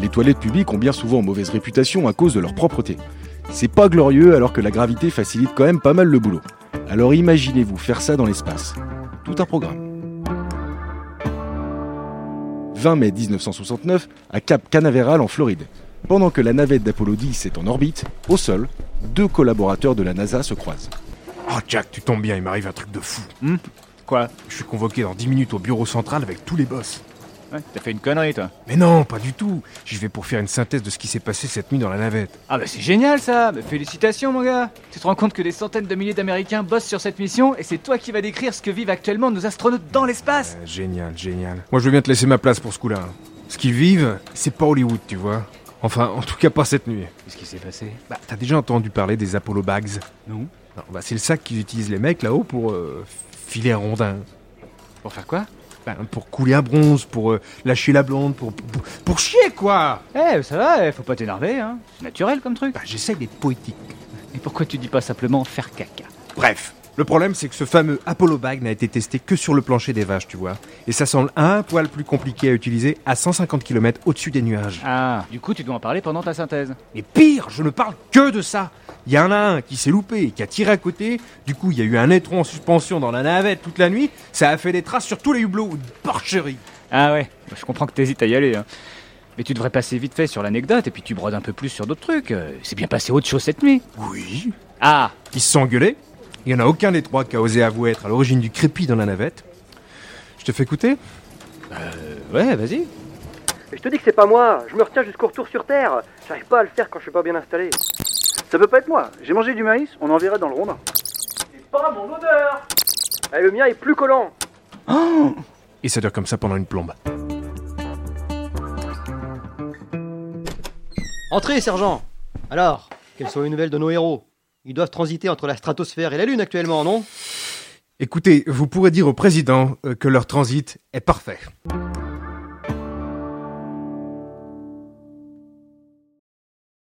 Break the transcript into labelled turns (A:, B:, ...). A: Les toilettes publiques ont bien souvent mauvaise réputation à cause de leur propreté. C'est pas glorieux alors que la gravité facilite quand même pas mal le boulot. Alors imaginez-vous faire ça dans l'espace. Tout un programme. 20 mai 1969 à Cap Canaveral en Floride. Pendant que la navette d'Apollo 10 est en orbite, au sol, deux collaborateurs de la NASA se croisent.
B: Oh Jack, tu tombes bien, il m'arrive un truc de fou.
C: Hmm Quoi
B: Je suis convoqué dans 10 minutes au bureau central avec tous les boss.
C: Ouais, T'as fait une connerie, toi.
B: Mais non, pas du tout. J'y vais pour faire une synthèse de ce qui s'est passé cette nuit dans la navette.
C: Ah bah c'est génial ça Bah, Félicitations mon gars Tu te rends compte que des centaines de milliers d'Américains bossent sur cette mission et c'est toi qui vas décrire ce que vivent actuellement nos astronautes dans l'espace
B: Euh, génial, génial. Moi je veux bien te laisser ma place pour ce coup-là. hein. Ce qu'ils vivent, c'est pas Hollywood, tu vois. Enfin, en tout cas pas cette nuit.
C: Qu'est-ce qui s'est passé
B: Bah, t'as déjà entendu parler des Apollo Bags
C: Non.
B: Non, bah c'est le sac qu'ils utilisent les mecs là-haut pour euh, filer un rondin.
C: Pour faire quoi
B: Bah, pour couler un bronze, pour euh, lâcher la blonde, pour, pour, pour chier quoi
C: Eh ça va, eh, faut pas t'énerver hein C'est naturel comme truc
B: Bah, j'essaie d'être poétique.
C: Bah, Et pourquoi tu dis pas simplement faire caca
B: Bref, le problème c'est que ce fameux Apollo Bag n'a été testé que sur le plancher des vaches, tu vois. Et ça semble un poil plus compliqué à utiliser à 150 km au-dessus des nuages.
C: Ah, du coup tu dois en parler pendant ta synthèse.
B: Mais pire, je ne parle que de ça. Il y en a un qui s'est loupé, qui a tiré à côté. Du coup, il y a eu un étron en suspension dans la navette toute la nuit. Ça a fait des traces sur tous les hublots. Une porcherie.
C: Ah ouais, je comprends que t'hésites à y aller hein. Mais tu devrais passer vite fait sur l'anecdote et puis tu brodes un peu plus sur d'autres trucs. Euh, C'est bien passé autre chose cette nuit.
B: Oui.
C: Ah,
B: Ils se sont engueulés. Il y en a aucun des trois qui a osé avouer être à l'origine du crépi dans la navette. Je te fais écouter
C: euh, ouais, vas-y.
D: Mais Je te dis que c'est pas moi, je me retiens jusqu'au retour sur Terre. J'arrive pas à le faire quand je suis pas bien installé. Ça peut pas être moi, j'ai mangé du maïs, on en verra dans le rondin. C'est pas mon odeur Eh, Le mien est plus collant
B: Et ça dure comme ça pendant une plombe.
E: Entrez, sergent Alors, quelles sont les nouvelles de nos héros Ils doivent transiter entre la stratosphère et la Lune actuellement, non
B: Écoutez, vous pourrez dire au président euh, que leur transit est parfait.